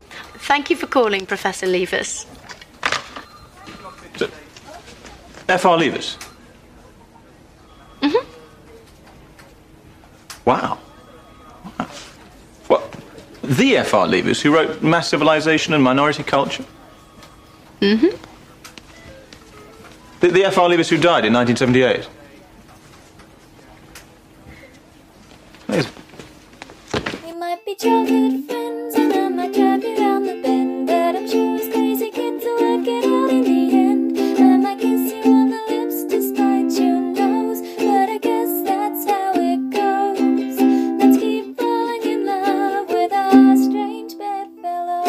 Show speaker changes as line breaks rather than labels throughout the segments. Thank you for calling, Professor Levis.
So, F.R. Levis? Mm-hmm. Wow. wow. Well, the F.R. Levis who wrote Mass Civilization and Minority Culture? Mm-hmm. The, the F.R. Levis who died in 1978? Amazing.
We might be childhood friends, and I might drive you round the bend. But I'm sure as crazy kids will work it out in the end. I might kiss you on the lips despite your nose. But I guess that's how it goes. Let's keep falling in love with our strange bedfellows.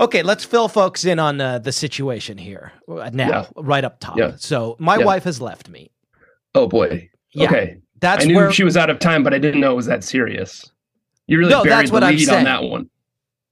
Okay, let's fill folks in on uh, the situation here uh, now,
Yeah.
right up top.
Yeah.
So, my
Yeah.
wife has left me.
Oh boy.
Yeah,
Okay.
That's
I knew
where
she was out of time, but I didn't know it was that serious. You really
No,
buried
that's
the
what I'm
lead
saying.
on that one.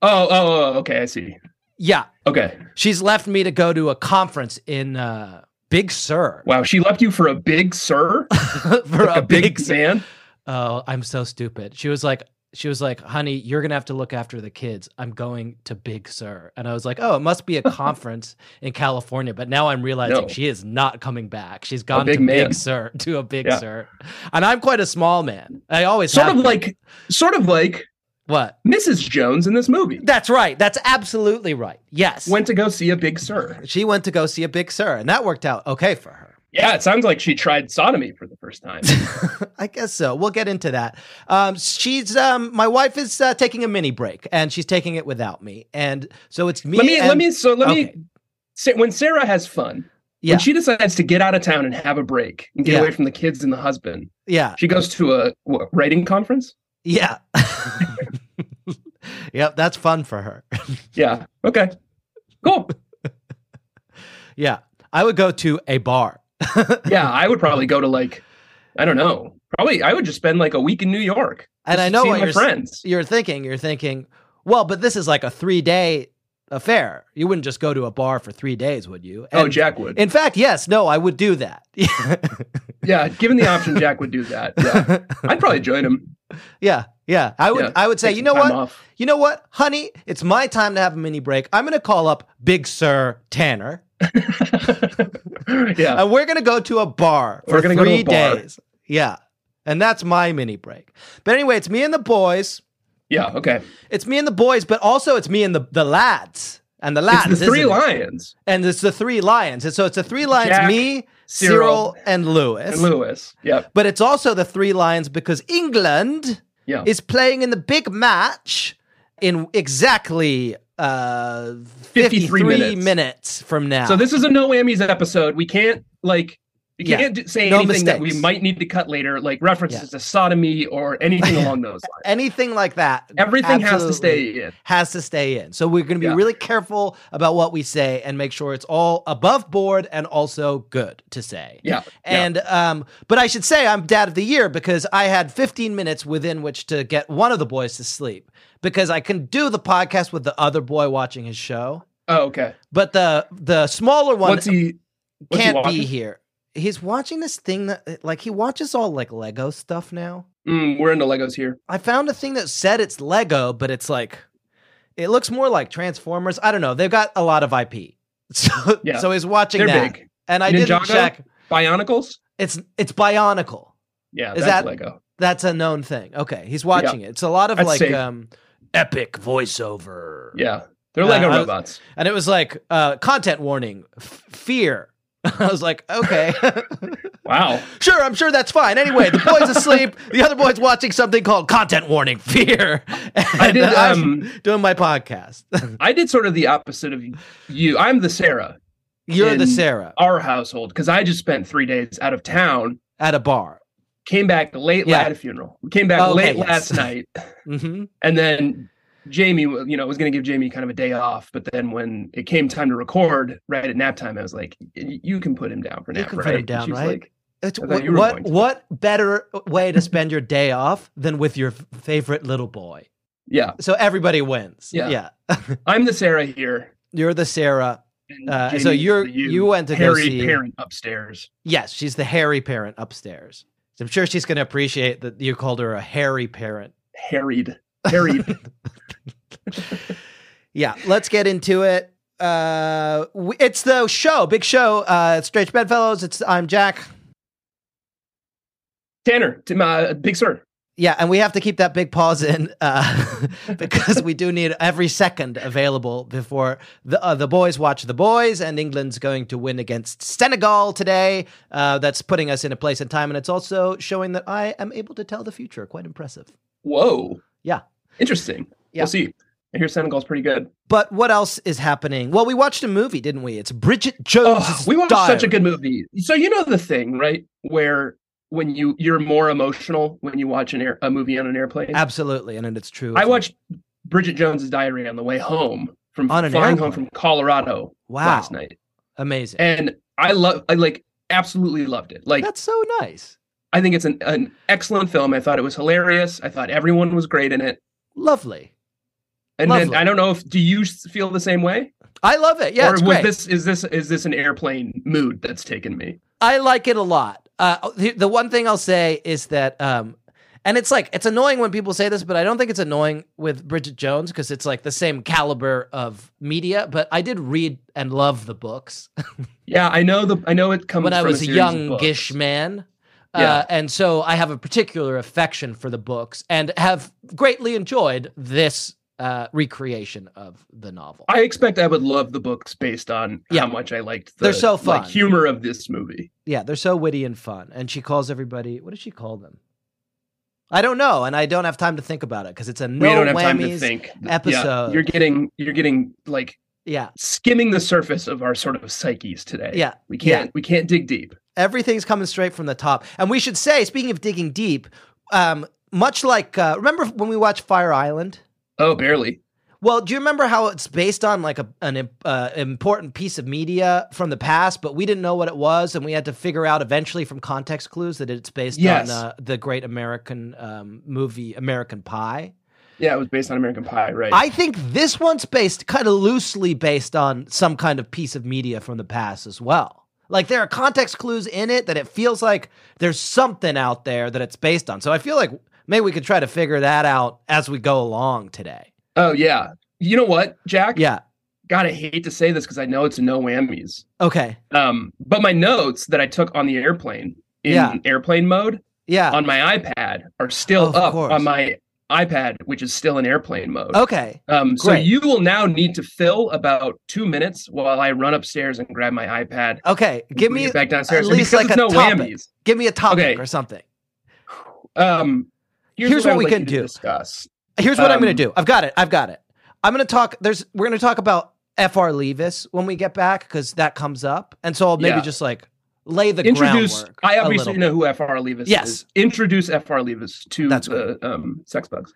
Oh, oh, oh, okay, I see.
yeah,
Okay.
she's left me to go to a conference in uh, Big Sur.
Wow, she left you for a big sir?
for
Like
a big Sur-
man?
Oh, I'm so stupid. She was like she was like, "Honey, you're going to have to look after the kids. I'm going to Big Sur." And I was like, "Oh, it must be a conference in California." But now I'm realizing
No.
she is not coming back. She's gone
big
to
man.
Big Sur, to a Big
Yeah.
Sur. And I'm quite a small man. I always
Sort
have been.
of like sort of like
what?
Mrs. Jones in this movie.
That's right. That's absolutely right. Yes.
Went to go see a big sir.
she went to go see a Big Sur, and that worked out okay for her.
Yeah, it sounds like she tried sodomy for the first time.
I guess so. We'll get into that. Um, she's um, my wife is uh, taking a mini break, and she's taking it without me, and so it's me.
let me let
and-
me so let
Okay.
me say when Sarah has fun,
Yeah,
when she decides to get out of town and have a break and get
Yeah.
away from the kids and the husband,
yeah,
she goes to a what, writing conference.
yeah. yep, that's fun for her.
Yeah. Okay. Cool.
Yeah, I would go to a bar.
Yeah, I would probably go to like, I don't know. Probably I would just spend like a week in New York.
And
just
I know
seeing
what
my
you're s-
friends.
You're thinking, you're thinking, well, but this is like a three day affair. You wouldn't just go to a bar for three days, would you?
Oh,
And-
Jack would.
In fact, yes, no, I would do that.
yeah, given the option, Jack would do that. Yeah. I'd probably join him.
yeah, yeah. I would.
Yeah,
I would say,
take
you
some
know
time
what?
off.
you know what, honey? It's my time to have a mini break. I'm going to call up Big Sir Tanner,
yeah.
and we're going to go to a bar for
Uh. We're gonna go to
three
a bar.
days. Yeah, and that's my mini break. But anyway, it's me and the boys.
Yeah. Okay.
It's me and the boys, but also it's me and the the lads and the
It's
lads.
the three
Ah, isn't it?
lions
and it's the three lions, and so it's the three lions:
Jack,
me, Cyril,
Cyril,
and Lewis.
and Lewis. Yep.
But it's also the three lions because England
Yeah.
is playing in the big match in exactly uh 53,
53 minutes.
minutes from now.
so this is a no whammies episode. We can't like. You
Yeah.
can't d- say
No
anything that we
mistakes.
might need to cut later, like references to sodomy or anything along those lines.
anything like that
Everything has to
absolutely
stay in.
has to stay in. So we're going to be
Yeah.
really careful about what we say and make sure it's all above board and also good to say.
Yeah. yeah.
And um, but I should say I'm dad of the year because I had 15 minutes within which to get one of the boys to sleep because I can do the podcast with the other boy watching his show,
Oh, okay.
but the the smaller one
What's he? what's he
can't
watching?
be here. He's watching this thing that like he watches all like Lego stuff now.
Mm, we're into Legos here.
I found a thing that said it's Lego, but it's like it looks more like Transformers. I don't know. They've got a lot of IP. So
Yeah.
so he's watching
They're
that.
big.
And I didn't
Ninjago?
check.
Bionicles?
It's it's Bionicle.
Yeah,
Is that-
that's Lego.
That's a known thing. Okay, he's watching it. It's a lot of
That's
like
safe.
um epic voiceover.
Yeah. They're
Uh,
Lego
I was-
robots.
And it was like uh content warning, f- fear. I was like, okay.
Wow.
Sure, I'm sure that's fine. Anyway, the boy's asleep. The other boy's watching something called Content Warning Fear. I
did, um,
am doing my podcast.
I did sort of the opposite of you. I'm the Sarah,
You're the
in
Sarah
our household, because I just spent three days out of town,
at a bar.
came back late
Yeah.
at a funeral, came back
Oh, okay,
late
yes.
last night,
hmm
and then Jamie, w- you know, was going to give Jamie kind of a day off, but then when it came time to record, right at nap time, I was like, "Y- "You can put him down for
You
nap,
can
right?"
put him
And
down,
she was
right?
like,
It's,
I thought you were
what
going to.
what better way to spend your day off than with your f- favorite little boy?
yeah,
So everybody wins.
Yeah. I'm the Sarah here.
You're the Sarah.
and
Uh, so
Jamie is
you're-
the
you went to go
hairy
see-
parent upstairs.
Yes, she's the hairy parent upstairs. I'm sure she's going to appreciate that you called her a hairy parent.
harried harried.
Yeah, let's get into it. Uh, we, it's the show, big show. Uh, Strange Bedfellows. It's I'm Jack.
Tanner, Tim, uh, Big Sir.
Yeah, and we have to keep that big pause in uh, because we do need every second available before the uh, the boys watch the boys, and England's going to win against Senegal today. Uh, that's putting us in a place in time, and it's also showing that I am able to tell the future. Quite impressive.
Whoa.
Yeah.
Interesting.
Yeah.
We'll see. I hear Senegal's pretty good.
But what else is happening? Well, we watched a movie, didn't we? It's Bridget Jones.
Oh, we watched such a good movie. So you know the thing, right? Where when you you're more emotional when you watch an air, a movie on an airplane.
Absolutely, and it's true.
I
of-
watched Bridget Jones's Diary on the way home from
On an
flying
airplane?
home from Colorado
Wow.
last night,
Amazing.
and I love I like absolutely loved it. Like
That's so nice.
I think it's an an excellent film. I thought it was hilarious. I thought everyone was great in it.
Lovely.
And then
Lovely.
I don't know if do you s- feel the same way?
I love it. Yeah,
or
it's
was
great.
this is this is this an airplane mood that's taken me?
I like it a lot. Uh, the, the one thing I'll say is that, um, and it's like it's annoying when people say this, but I don't think it's annoying with Bridget Jones because it's like the same caliber of media. But I did read and love the books
Yeah, I know the I know it comes
when I
from
was a
series of
youngish
books.
man.
Yeah.
Uh, and so I have a particular affection for the books and have greatly enjoyed this uh, recreation of the novel.
I expect I would love the books based on
Yeah.
how much I liked the
They're so fun.
Like, humor of this movie.
Yeah, they're so witty and fun. And she calls everybody. What does she call them? I don't know, and I don't have time to think about it because it's a no
we don't have
whammies.
time to think. Yeah,
episode.
you're getting you're getting like
Yeah,
skimming the surface of our sort of psyches today.
yeah.
We
yeah.
can't we can't dig deep.
Everything's coming straight from the top. And we should say, speaking of digging deep, um, much like uh, remember when we watched Fire Island?
Oh, barely.
Well, do you remember how it's based on like a an im- uh, important piece of media from the past, but we didn't know what it was, and we had to figure out eventually from context clues that it's based
Yes.
on uh, the great American um, movie American Pie.
Yeah, it was based on American Pie, right?
I think this one's based kind of loosely based on some kind of piece of media from the past as well. Like there are context clues in it that it feels like there's something out there that it's based on. So I feel like maybe we could try to figure that out as we go along today.
oh yeah. You know what, Jack?
Yeah.
God, I hate to say this because I know it's no whammies.
Okay.
Um, but my notes that I took on the airplane in
Yeah.
airplane mode
Yeah.
on my iPad are still
Of
up
course.
on my iPad, which is still in airplane mode.
Okay.
Um, so
great.
you will now need to fill about two minutes while I run upstairs and grab my iPad.
Okay. Give
and
me
get back downstairs.
at
And
least
because
like
it's
a
no
topic.
whammies.
give me a topic
Okay.
or something.
Um,
Here's
I
what we
would like
can
you to
do.
Discuss.
Here's what I'm going
Um,
to do. I've got it. I've got it. I'm going to talk. There's we're going to talk about Fr Levis when we get back because that comes up, and so I'll maybe
Yeah.
just like lay the
Introduce.
groundwork.
I
a
obviously
little
know who F.R. Levis
Yes.
is. Introduce F.R. Levis to
That's
the um, sex bugs.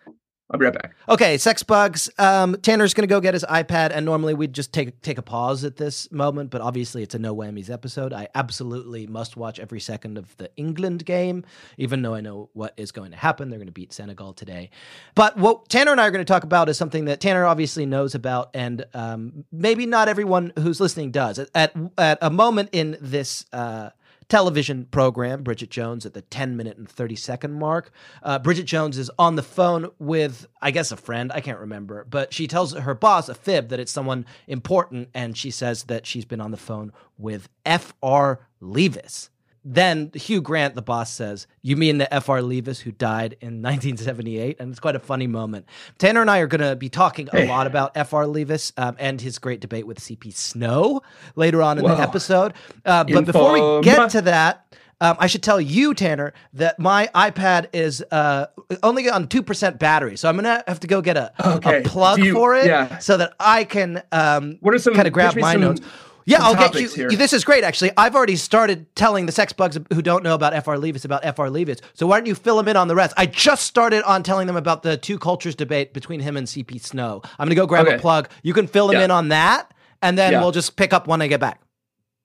I'll be right back.
bit. Okay, sex bugs. Um, Tanner's going to go get his iPad, and normally we'd just take take a pause at this moment, but obviously it's a no whammies episode. I absolutely must watch every second of the England game, even though I know what is going to happen. They're going to beat Senegal today. But what Tanner and I are going to talk about is something that Tanner obviously knows about, and um, maybe not everyone who's listening does. At at, at a moment in this. Uh, television program, Bridget Jones, at the 10 minute and 30 second mark. Uh, Bridget Jones is on the phone with, I guess, a friend. I can't remember. But she tells her boss, a fib, that it's someone important. And she says that she's been on the phone with F.R. Levis. Then Hugh Grant, the boss, says, You mean the F.R. Levis who died in 1978? And it's quite a funny moment. Tanner and I are going to be talking a lot about F.R. Levis um, and his great debate with C.P. Snow later on in the
Whoa.
episode. Uh, but before we
Inform.
get to that, um, I should tell you, Tanner, that my iPad is uh, only on two percent battery, so I'm gonna have to go get a, a
Okay.
plug
Do you-
for it,
yeah.
so that I can um,
What are some-
kind of grab
pitch me
my
some-
notes. Yeah,
some
I'll get you.
topics here.
This is great, actually. I've already started telling the sex bugs who don't know about Fr Leavis about Fr Leavis. So why don't you fill them in on the rest? I just started on telling them about the two cultures debate between him and CP Snow. I'm gonna go grab a
Okay.
plug. You can fill them
Yeah.
in on that, and then
Yeah.
we'll just pick up when I get back.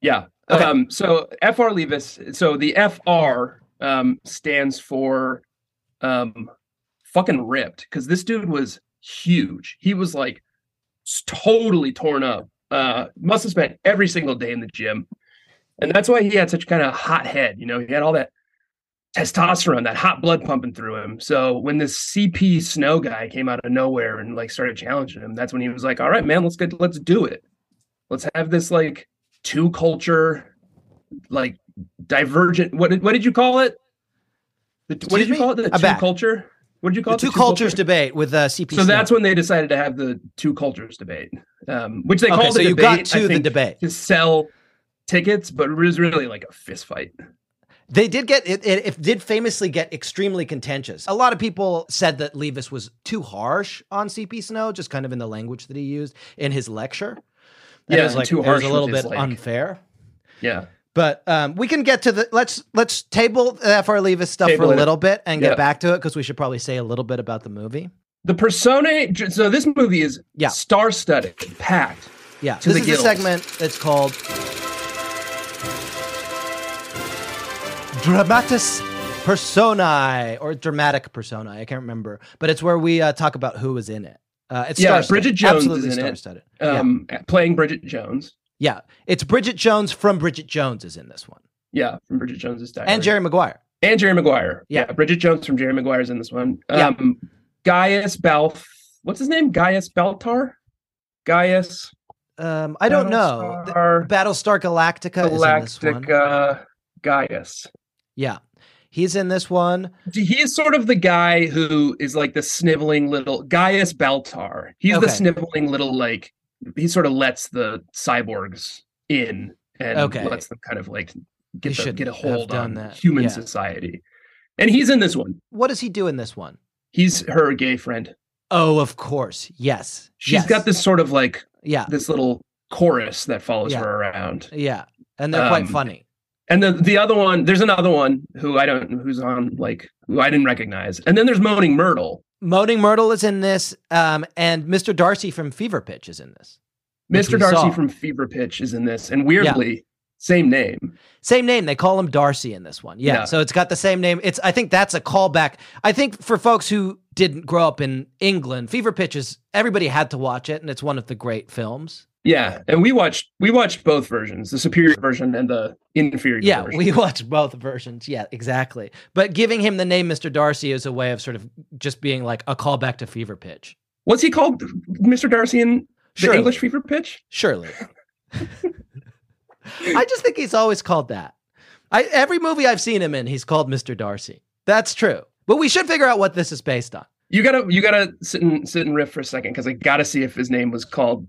Yeah.
Okay.
Um, so FR Levis. So the FR um, stands for um, fucking ripped because this dude was huge. He was like s- totally torn up. Uh, must have spent every single day in the gym, and that's why he had such kind of hot head. You know, he had all that testosterone, that hot blood pumping through him. So when this CP Snow guy came out of nowhere and like started challenging him, that's when he was like, "All right, man, let's get let's do it. Let's have this like two culture, like divergent. What did, what did you call it? The,
Excuse
what did you
me?
call it? The
I'm
two
back.
culture. What did you call
The
it?
two
The
cultures
culture?
debate with uh, CP.
So that's when they decided to have the two cultures debate, um, which they
okay.
called
So
a
you
debate.
got
I
to the
think,
debate.
to sell tickets, but it was really like a fist fight.
They did get it, it, it. did famously get extremely contentious. A lot of people said that Levis was too harsh on CP Snow, just kind of in the language that he used in his lecture. That
Yeah,
it was
and
like
too
it was
harsh
a little
with his,
bit
like-
unfair.
Yeah.
But um, we can get to the let's let's table the FR Levis stuff for
Table
a
it.
little bit and
Yeah.
get back to it because we should probably say a little bit about the movie.
The Persona. So this movie is
Yeah.
star studded, packed.
Yeah,
To
this
the
is
gills.
a segment that's called Dramatis Personae or Dramatic Personae. I can't remember, but it's where we uh, talk about who was in it. Uh, it's
Yeah,
star-studded,
Bridget Jones is
absolutely
in it.
star-studded. yeah.
Um, playing Bridget Jones.
yeah, it's Bridget Jones from Bridget Jones is in this one,
Yeah, from Bridget Jones's diary.
and Jerry Maguire.
and Jerry Maguire.
Yeah.
Yeah. Bridget Jones from Jerry Maguire's in this one.
Yeah.
Um, Gaius Balf. What's his name? Gaius Baltar. Gaius.
Um, I don't know. The-
Battlestar
Battlestar Galactica, is in this one.
Galactica. Gaius.
Yeah, he's in this one.
He is sort of the guy who is like the sniveling little Gaius Baltar. He's
Okay.
the sniveling little like he sort of lets the cyborgs in and
Okay.
lets them kind of like get the,
shouldn't
get a
have
hold
done
on
that.
human
Yeah.
society. And he's in this one.
What does he do in this one?
He's her gay friend.
Oh, of course. Yes.
She's
yes.
got this sort of like
Yeah.
this little chorus that follows
Yeah.
her around.
Yeah. And they're quite
Um,
funny.
And then the other one, there's another one who I don't who's on like who I didn't recognize. And then there's Moaning Myrtle.
Moaning Myrtle is in this, um, and Mr. Darcy from Fever Pitch is in this. which we
Mr. Darcy
saw.
from Fever Pitch is in this, and weirdly, same name.
Same name. They call him Darcy in this one. Yeah,
Yeah.
So it's got the same name. It's I think that's a callback. I think for folks who didn't grow up in England, Fever Pitch is everybody had to watch it, and it's one of the great films.
Yeah, and we watched we watched both versions, the superior version and the inferior
Yeah,
version.
we watched both versions. Yeah, exactly. But giving him the name Mr. Darcy is a way of sort of just being like a callback to Fever Pitch.
What's he called, Mr. Darcy in the
Surely.
English Fever Pitch?
Surely. I just think he's always called that. I, every movie I've seen him in, he's called Mr. Darcy. That's true. But we should figure out what this is based on.
You gotta you gotta sit and sit and riff for a second because I gotta see if his name was called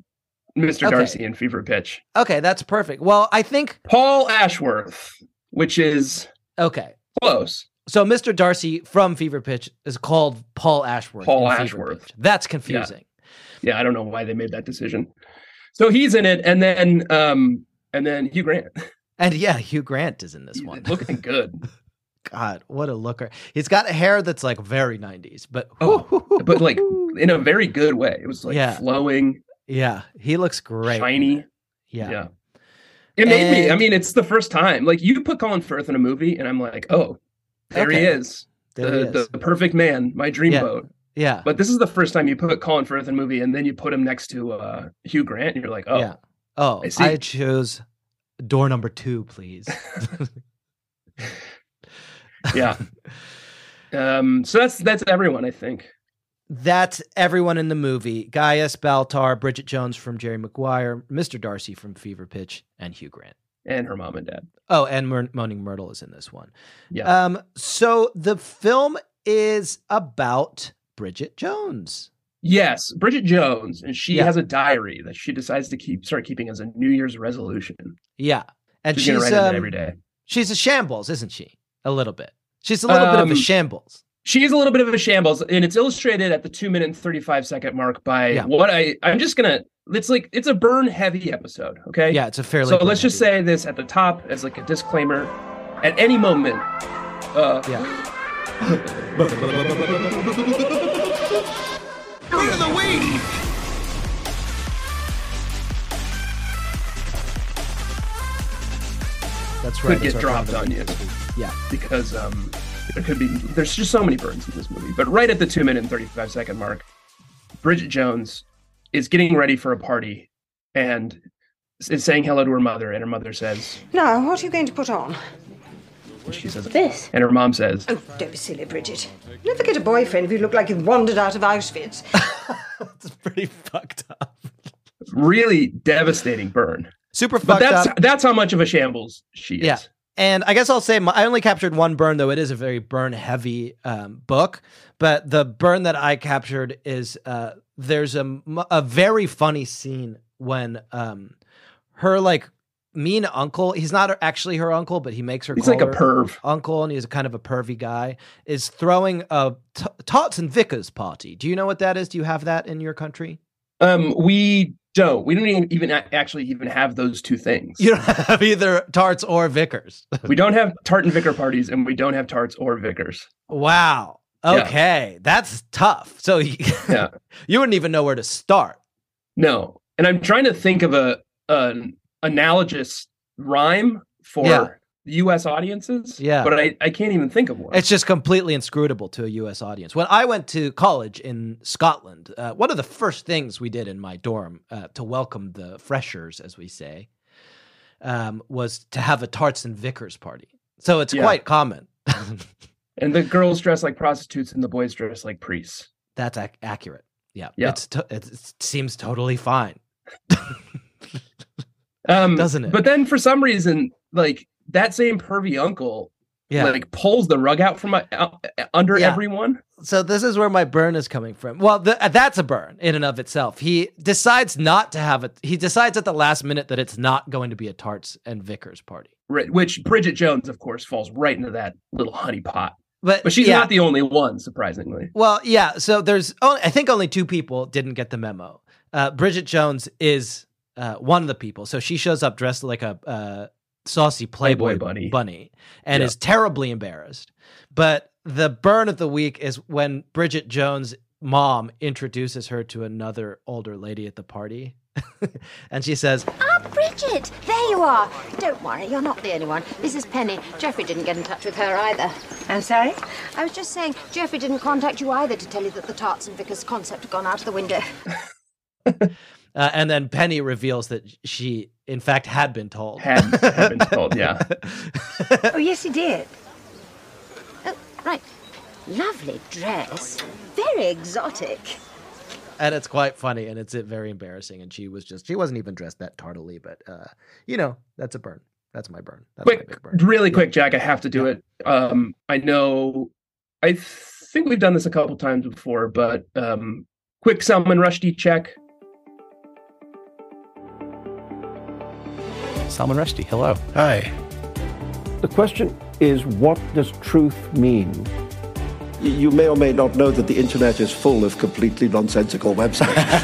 Mr.
Okay.
Darcy in Fever Pitch.
Okay, that's perfect. Well, I think,
Paul Ashworth, which is
okay.
close.
So Mr. Darcy from Fever Pitch is called Paul Ashworth.
Paul
in Fever
Ashworth.
Pitch. That's confusing.
Yeah, I don't know why they made that decision. So he's in it, and then um and then Hugh Grant.
And yeah, Hugh Grant is in this one.
looking good.
God, what a looker. He's got a hair that's like very 90s, but
Oh, but like in a very good way. It was like
Yeah.
flowing,
yeah, he looks great.
shiny.
Yeah.
Yeah. It made me. I
And-
mean, it's the first time. Like you put Colin Firth in a movie, and I'm like, oh, there he
Okay.
is.
There
the,
he is.
the perfect man, my dream
Yeah.
boat.
yeah.
But this is the first time you put Colin Firth in a movie, and then you put him next to uh, Hugh Grant, and you're like, oh,
Yeah. Oh,
I see.
I, chose door number two, please.
yeah. um. So that's that's everyone. I think.
That's everyone in the movie Gaius Baltar, Bridget Jones from Jerry Maguire, Mr. Darcy from Fever Pitch, and Hugh Grant.
And her mom and dad.
Oh, and Mer- Moaning Myrtle is in this one.
Yeah.
Um, so the film is about Bridget Jones.
Yes, Bridget Jones, and she
Yeah.
has a diary that she decides to keep, start keeping as a New Year's resolution.
Yeah. And
She's,
she's,
gonna write in
um,
it every day.
she's a shambles, isn't she? A little bit. She's a little bit of a
Um,
shambles.
she is a little bit of a shambles and it's illustrated at the two minute and 35 second mark by
Yeah.
what i i'm just gonna it's like it's a burn heavy episode okay
Yeah, it's a fairly.
so let's just
bland-
say this at the top as like a disclaimer at any moment uh
Yeah. That's right.
could get
that's our
dropped on you
Yeah.
because um there could be there's just so many burns in this movie but right at the two minute and 35 second mark bridget jones is getting ready for a party and is saying hello to her mother and her mother says
Now, what are you going to put on?
And she says,
This?
And her mom says,
Oh, don't be silly, Bridget. Never get a boyfriend if you look like you've wandered out of Auschwitz.
It's pretty fucked up.
really devastating burn.
Super fucked
But that's
up.
that's how much of a shambles she is.
Yeah. And I guess I'll say my, I only captured one burn, though it is a very burn heavy um, book. But the burn that I captured is uh, there's a, m- a very funny scene when um, her like mean uncle, he's not actually her uncle, but he makes her
He's
call
like a
her
perv.
uncle and he's kind of a pervy guy, is throwing a t- Tots and Vickers party. Do you know what that is? Do you have that in your country?
Um, we don't. We don't even, even a- actually even have those two things.
You don't have either Tarts or Vickers.
We don't have tart and vicar parties, and we don't have tarts or vicars.
Wow.
Yeah.
Okay, that's tough. So you,
Yeah.
you wouldn't even know where to start.
No. And I'm trying to think of a an analogous rhyme for
Yeah.
U.S. audiences.
Yeah.
But I, I can't even think of one.
It's just completely inscrutable to a U.S. audience. When I went to college in Scotland, uh, one of the first things we did in my dorm uh, to welcome the freshers, as we say, um, was to have a Tarts and Vickers party. So it's
Yeah.
quite common.
and the girls dress like prostitutes, and the boys dress like priests.
That's ac- accurate. Yeah,
Yeah.
It's to- it, it seems totally fine.
Um,
Doesn't it?
But then for some reason, like that same pervy uncle,
Yeah.
like pulls the rug out from my, out, under
Yeah.
everyone.
so this is where my burn is coming from. Well, th- that's a burn in and of itself. He decides not to have it. He decides at the last minute that it's not going to be a Tarts and Vickers party.
Right, which Bridget Jones, of course, falls right into that little honeypot.
But,
But she's
yeah.
not the only one, surprisingly.
Well, yeah. So there's, only, I think only two people didn't get the memo. Uh, Bridget Jones is uh, one of the people. So she shows up dressed like a uh, saucy Playboy,
Playboy bunny.
bunny and
Yeah.
is terribly embarrassed. But the burn of the week is when Bridget Jones' mom introduces her to another older lady at the party. and she says,
Ah, Bridget, there you are. Don't worry, you're not the only one. Mrs. Penny, Geoffrey didn't get in touch with her either.
I'm sorry?
I was just saying, Geoffrey didn't contact you either to tell you that the Tarts and Vickers concept had gone out of the window.
uh, and then Penny reveals that she, in fact, had been told.
Had, had been told, yeah.
Oh, yes, he did.
Oh, right. Lovely dress. Very exotic.
and it's quite funny and it's uh, very embarrassing and she was just she wasn't even dressed that tardily but uh you know that's a burn that's my burn that's my
quick,
big burn
really quick, Jack. I have to do it. Um, I know. I think we've done this a couple times before, but um, quick Salman Rushdie check.
Salman Rushdie, hello.
Hi.
The question is what does truth mean? Y- You may or may not know that the internet is full of completely nonsensical websites.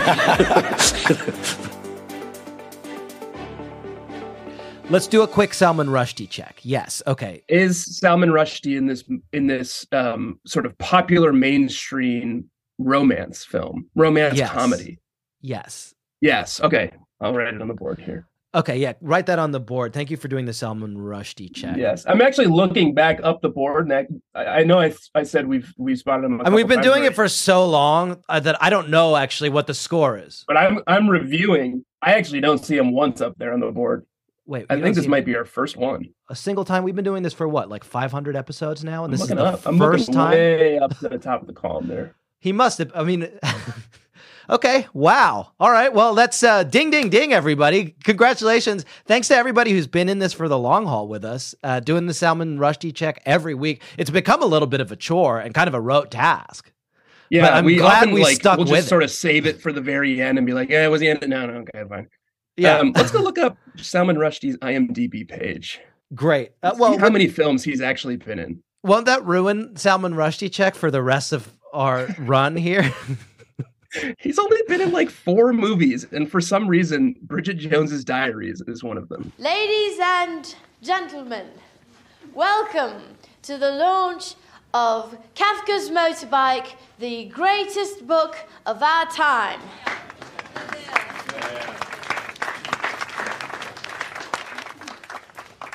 let's do a quick salman rushdie check yes okay
Is Salman Rushdie in this in this um, sort of popular mainstream romance film, romance
Yes.
comedy?
yes
Yes. Okay. I'll write it on the board here.
okay yeah write that on the board thank you for doing the salman rushdie check
Yes, I'm actually looking back up the board, and I, I know I, I said we've we've spotted him. a
I mean, we've been
couple
doing
times
it for so long uh, that I don't know actually what the score is.
already, but I'm I'm reviewing. I actually don't see him once up there on the board.
Wait,
I
you
think
don't
this
see
might be our first one.
a single time. We've been doing this for what, like 500 episodes now, and
I'm
this is
looking
the
up. I'm
first
looking
time.
way up to the top of the column there.
He must have. I mean, okay. Wow. All right. Well, that's uh, ding, ding, ding, everybody. Congratulations. Thanks to everybody who's been in this for the long haul with us, uh, doing the Salmon Rushdie check every week. It's become a little bit of a chore and kind of a rote task.
Yeah,
I'm
we
glad
often,
we
like,
stuck
we'll
with
just
it.
sort of save it for the very end and be like, "Yeah, it was the end." No, no, okay, fine.
Yeah.
um, let's go look up Salman Rushdie's IMDb page.
Great. Uh,
Let's see
well,
how many films he's actually been in?
won't that ruin Salmon Rushdie check for the rest of our run here?
He's only been in like four movies, and for some reason, Bridget Jones's Diaries is one of them.
Ladies and gentlemen, welcome to the launch of Kafka's Motorbike, the greatest book of our time.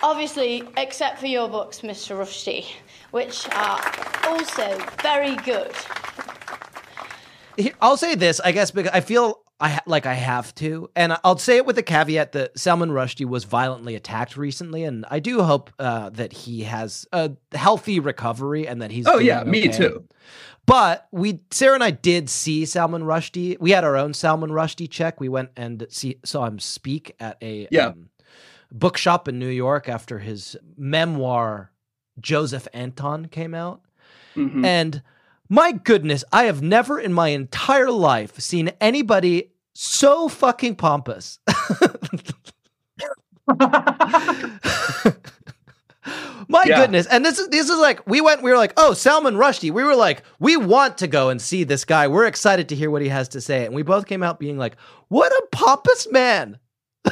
Obviously, except for your books, Mr. Rushdie, which are also very good.
Here- I'll say this, I guess, because I feel I ha- like I have to, and I- I'll say it with a caveat that Salman Rushdie was violently attacked recently, and I do hope uh, that he has a healthy recovery and that he's.
Oh
doing
yeah, me
okay.
too.
But we, Sarah and I, did see Salman Rushdie. We had our own Salman Rushdie check. We went and see, saw him speak at a
Yeah.
um, bookshop in New York after his memoir Joseph Anton came out.
Mhm.
And my goodness, I have never in my entire life seen anybody so fucking pompous. My
Yeah.
goodness. And this is this is like we went, we were like, oh, Salman Rushdie. We were like, we want to go and see this guy. We're excited to hear what he has to say. And we both came out being like, what a pompous man.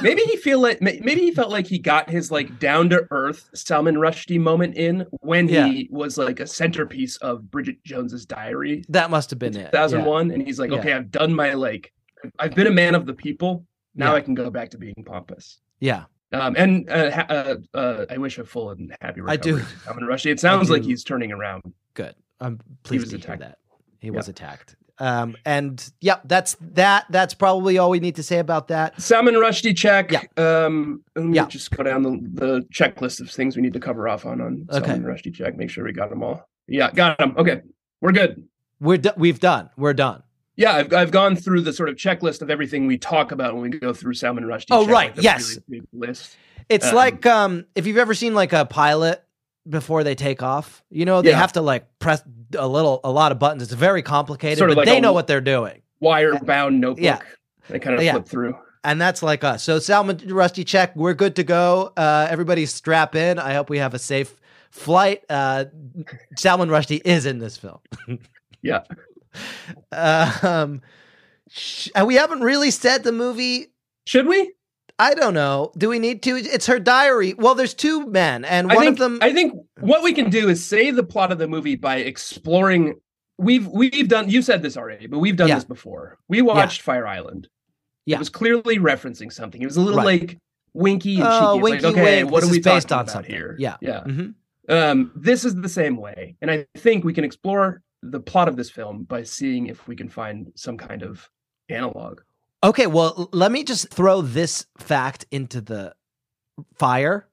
maybe he feel like may- maybe he felt like he got his like down to earth Salman Rushdie moment in when
Yeah.
he was like a centerpiece of Bridget Jones's Diary,
That must have been it. Yeah.
2001, and he's like,
Yeah.
okay, I've done my like, I've been a man of the people. Now
Yeah.
I can go back to being pompous.
Yeah.
Um, and uh, ha- uh, uh, I wish a full and happy recovery.
I do.
to Salman Rushdie. It sounds like
do.
he's turning around.
Good. I'm pleased
was
to hear
attacked.
that. He was attacked. Um, and yeah, that's that. That's probably all we need to say about that.
Salmon Rushdie check.
Yeah.
Um, let me
Yeah.
just go down the, the checklist of things we need to cover off on on
Okay.
Salmon Rushdie check. Make sure we got them all. Yeah, got them. Okay, we're good.
We're do- we've done. We're done.
Yeah, I've, I've gone through the sort of checklist of everything we talk about when we go through Salmon Rushdie.
Oh,
check,
right,
the
yes.
really big list.
It's
Um,
like um, if you've ever seen like a pilot before they take off, you know, they
Yeah.
have to like press a little, a lot of buttons. It's very complicated,
Sort of
but
like
they
a-
know what they're doing.
Wire bound notebook.
Yeah.
I kind of
Yeah.
flip through.
And that's like us. So Salmon Rusty check. We're good to go. Uh, everybody strap in. I hope we have a safe flight. Uh, Salmon Rusty is in this film.
Yeah.
um, sh- and we haven't really said the movie.
Should we?
I don't know. Do we need to? It's her diary. Well, there's two men, and one
I think,
of them.
I think what we can do is say the plot of the movie by exploring. We've we've done. You said this already, but we've done
Yeah.
this before. We watched Fire Island.
Yeah.
it was clearly referencing something. It was a little
Right.
like winky and cheeky.
Oh,
It's like,
winky
okay,
wink.
what
This
are
is
we
based
talking
on
about
something.
here?
Yeah.
yeah.
Mhm.
Um, this is the same way, and I think we can explore the plot of this film by seeing if we can find some kind of analog.
Okay, well, l- let me just throw this fact into the fire,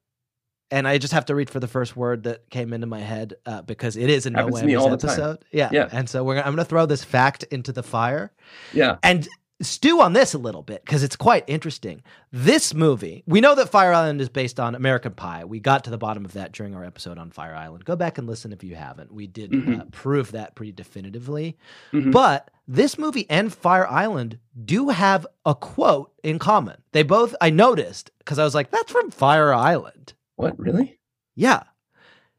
and I just have to read for the first word that came into my head uh, because it is a no
Happens to me
whammies
all the time.
episode. Yeah,
Yeah.
And so we're gonna, I'm going to throw this fact into the fire.
Yeah,
and stew on this a little bit because it's quite interesting. This movie, we know that Fire Island is based on American Pie. We got to the bottom of that during our episode on Fire Island. Go back and listen if you haven't. We did uh, prove that pretty definitively.
Mhm.
But this movie and Fire Island do have a quote in common. They both, I noticed because I was like, that's from Fire Island.
what really?
Yeah.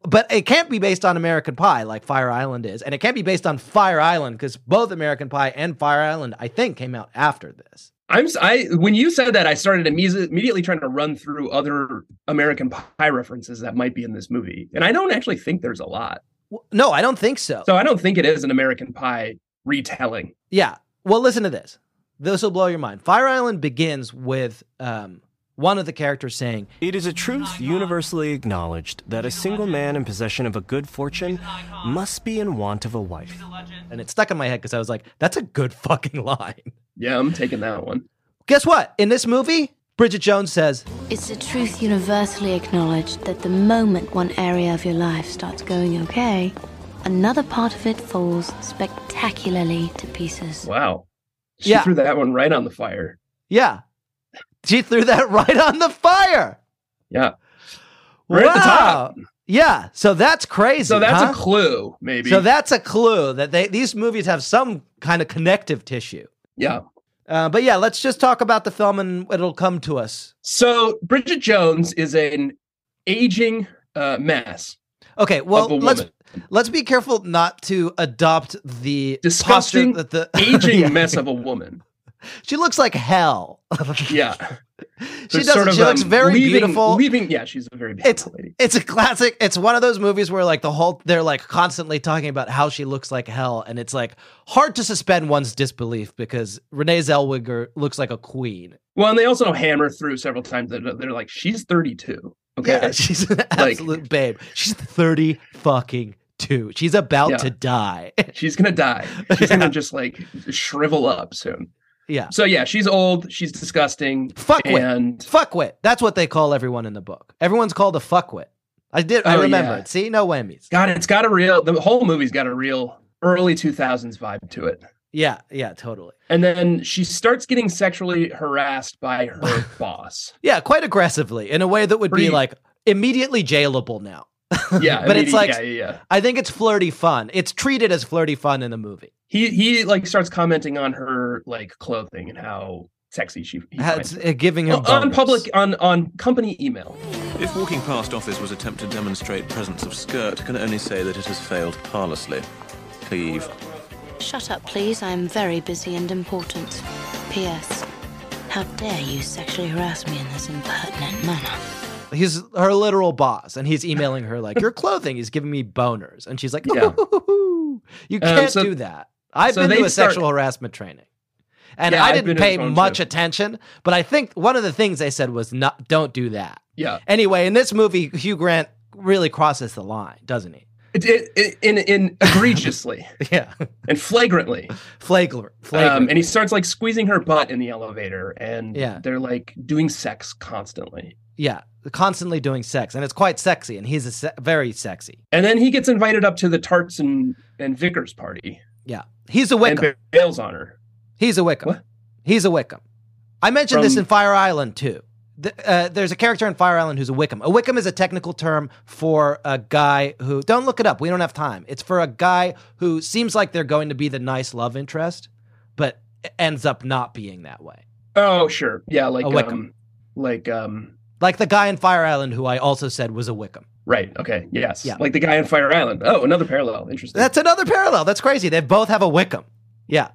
But it can't be based on American Pie like Fire Island is. And it can't be based on Fire Island because both American Pie and Fire Island, I think, came out after this.
I'm s- I when you said that I started imme- immediately trying to run through other American Pie references that might be in this movie, and I don't actually think there's a lot.
W- No, I don't think so.
So I don't think it is an American Pie retelling.
Yeah. Well, listen to this. This will blow your mind. Fire Island begins with um, one of the characters saying,
It is a truth universally acknowledged that a single man in possession of a good fortune must be in want of a wife.
and it stuck in my head because I was like, that's a good fucking line.
Yeah, I'm taking that one.
Guess what? In this movie, Bridget Jones says,
It's a truth universally acknowledged that the moment one area of your life starts going okay, another part of it falls spectacularly to pieces.
Wow, she
Yeah.
threw that one right on the fire.
yeah, she threw that right on the fire.
Yeah, Right at the top.
Yeah. So that's crazy.
so that's
huh?
a clue, maybe.
So that's a clue that they these movies have some kind of connective tissue.
yeah.
Uh, but yeah, let's just talk about the film and it'll come to us.
So Bridget Jones is an aging uh, mess.
Okay, well
Of a
let's
woman.
let's be careful not to adopt the
Disgusting
posture that the
Aging
Yeah.
mess of a woman.
She looks like hell.
Yeah.
she
So
doesn't. she looks
um,
very
leaving-
beautiful.
Leaving, yeah, she's a very beautiful
It's
lady.
it's a classic. It's one of those movies where like the whole they're like constantly talking about how she looks like hell, and it's like hard to suspend one's disbelief because Renee Zellweger looks like a queen.
Well, and they also hammer through several times that they're like, she's 32. Okay.
Yeah, she's an absolute babe. She's thirty fucking two. She's about
Yeah.
to die.
She's going to die. She's going to just like shrivel up soon.
Yeah.
So yeah, she's old. She's disgusting.
Fuckwit.
And
fuckwit. That's what they call everyone in the book. Everyone's called a fuckwit. I did. I
Oh,
remember
yeah.
it. See, no whammies.
God, it's got a real. The whole movie's got a real early two thousands vibe to it.
Yeah. Yeah. Totally.
And then she starts getting sexually harassed by her boss.
Yeah. Quite aggressively in a way that would be
Pretty-
like immediately jailable now.
Yeah,
But it's
immediate-
like-
yeah, yeah, yeah.
I think it's flirty fun. It's treated as flirty fun in the movie.
He he like starts commenting on her like clothing and how sexy she. he
How
finds
It's,
her.
uh, giving him
on, on
boners.
public on on company email.
If walking past office was attempt to demonstrate presence of skirt, can only say that it has failed parlously. Cleave.
Shut up, please. I'm very busy and important. P.S. How dare you sexually harass me in this impertinent manner?
He's her literal boss, and he's emailing her like, "Your clothing is giving me boners," and she's like, "Oh,
Yeah.
"You
Um,
can't
so-
do that." I've
so
been to
they
a
start-
sexual harassment training, and
Yeah,
I
I've
didn't
been to
pay
one
much
too.
attention. But I think one of the things they said was, "Not, don't do that."
Yeah.
Anyway, in this movie, Hugh Grant really crosses the line, doesn't he?
It, it, it, in in egregiously
Yeah,
and flagrantly.
flagrant,
Um,
flagrant.
and he starts like squeezing her butt in the elevator, and
Yeah.
they're like doing sex constantly.
yeah, constantly doing sex, and it's quite sexy, and he's a se- very sexy.
And then he gets invited up to the Tarts and, and Vickers party
Yeah, he's a
and
Wickham.
ba- bails on her.
He's a Wickham.
What?
He's a Wickham. I mentioned this
From-
in Fire Island too. Th- uh, there's a character in Fire Island who's a Wickham. A Wickham is a technical term for a guy who. Don't look it up. We don't have time. It's for a guy who seems like they're going to be the nice love interest, but ends up not being that way.
Oh, sure. Yeah, like
A Wickham.
um, like um,
Like the guy in Fire Island who I also said was a Wickham.
right. Okay. Yes.
Yeah.
Like the guy in Fire Island. Oh, another parallel. Interesting.
That's another parallel. That's crazy. They both have a Wickham. Yeah.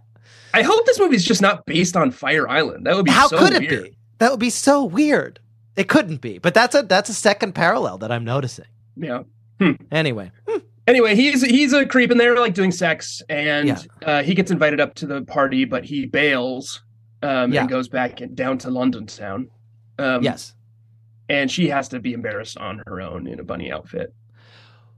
I hope this movie's just not based on Fire Island. That would be
How
so
could it
weird.
be? That would be so weird. It couldn't be. But that's a that's a second parallel that I'm noticing.
Yeah.
Anyway.
Anyway, he's he's a creep, and they're like doing sex, and
Yeah.
uh, he gets invited up to the party, but he bails um,
Yeah.
and goes back in, down to London town. Um,
yes.
and she has to be embarrassed on her own in a bunny outfit.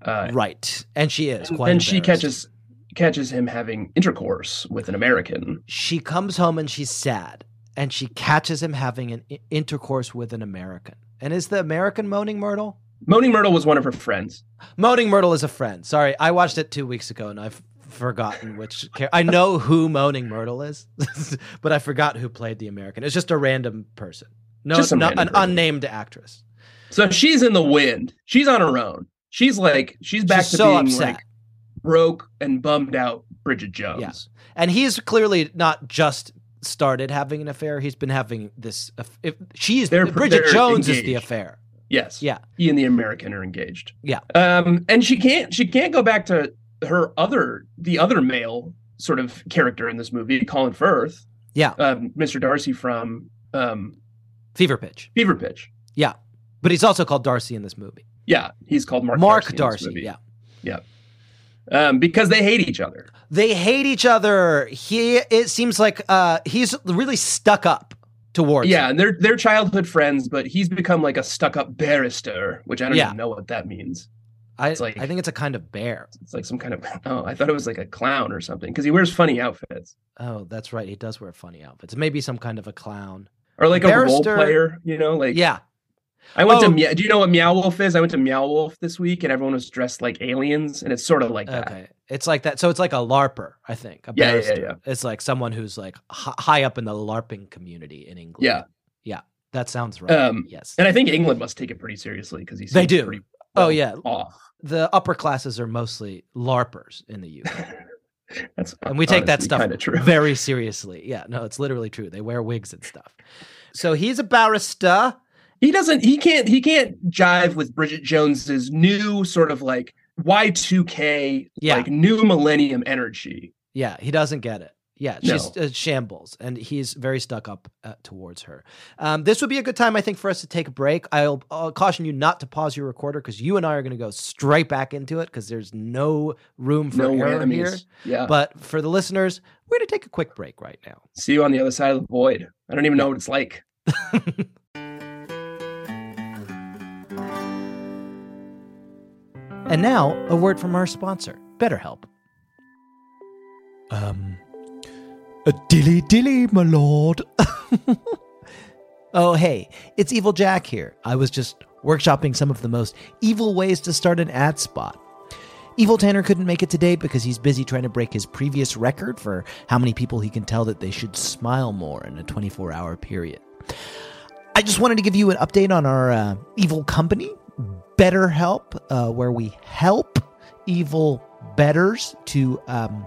Uh,
Right. And she is
and
quite
then she
embarrassed.
catches catches him having intercourse with an American.
she comes home and she's sad and she catches him having an i- intercourse with an American. And is the American Moaning Myrtle?
Moaning Myrtle was one of her friends.
Moaning Myrtle is a friend. Sorry, I watched it 2 weeks ago and I've forgotten which char- I know who Moaning Myrtle is, but I forgot who played the American. It's just a random person. No,
Just some
not
random
an
person.
unnamed actress.
So she's in the wind. She's on her own. She's like she's back
She's
to
so
being
upset.
like broke and bummed out Bridget Jones.
And he's clearly not just started having an affair. He's been having this. aff- If she is
They're-
Bridget
they're
Jones is the
engaged.
affair.
Yes.
Yeah.
He and the American are engaged.
Yeah.
Um and she can't she can't go back to her other the other male sort of character in this movie, Colin Firth,
Yeah,
um, Mr. Darcy from um
fever pitch.
Fever Pitch.
Yeah. But he's also called Darcy in this movie.
Yeah, he's called Mark.
Mark,
Darcy. in this
Darcy,
movie.
yeah.
um, because they hate each other.
They hate each other. He it seems like uh he's really stuck up towards
Yeah,
her.
and they're they're childhood friends, but he's become like a stuck-up barrister, which I don't
Yeah.
even know what that means.
I,
it's like-
I think it's a kind of bear.
It's like some kind of oh, I thought it was like a clown or something because he wears funny outfits
Oh, that's right. He does wear funny outfits. Maybe some kind of a clown.
or like a role
Barrister-
player. You know, like
Yeah.
I went
Oh.
to Meow, do you know what Meow Wolf is? I went to Meow Wolf this week, and everyone was dressed like aliens, and it's sort of like that.
Okay. It's like that. So it's like a LARPer, I think. A
Yeah, yeah,
barrister.
yeah.
It's like someone who's like hi- high up in the LARPing community in England.
Yeah.
Yeah. That sounds right.
Um,
yes.
And I think England must take it pretty seriously because he's
They do.
Pretty
Oh,
well
yeah.
off.
The upper classes are mostly LARPers in the UK.
That's
and we take that
honestly
stuff
kinda true.
very seriously. Yeah, no, it's literally true. They wear wigs and stuff. So he's a barrister.
he doesn't he can't he can't jive with bridget jones's new sort of like y2k
Yeah.
like new millennium energy
Yeah, he doesn't get it. Yeah, she's uh, shambles, and he's very stuck up uh, towards her. Um, this would be a good time, I think, for us to take a break. I'll, I'll caution you not to pause your recorder because you and I are going to go straight back into it because there's no room for
no
error here.
enemies yeah
But for the listeners, we're going to take a quick break right now.
see you on the other side of the void i don't even know what it's like
And now, a word from our sponsor, BetterHelp.
Um,
A dilly dilly, my lord. oh, hey, it's Evil Jack here. I was just workshopping some of the most evil ways to start an ad spot. Evil Tanner couldn't make it today because he's busy trying to break his previous record for how many people he can tell that they should smile more in a 24 hour period. I just wanted to give you an update on our uh, evil company, BetterHelp, uh, where we help evil betters to um,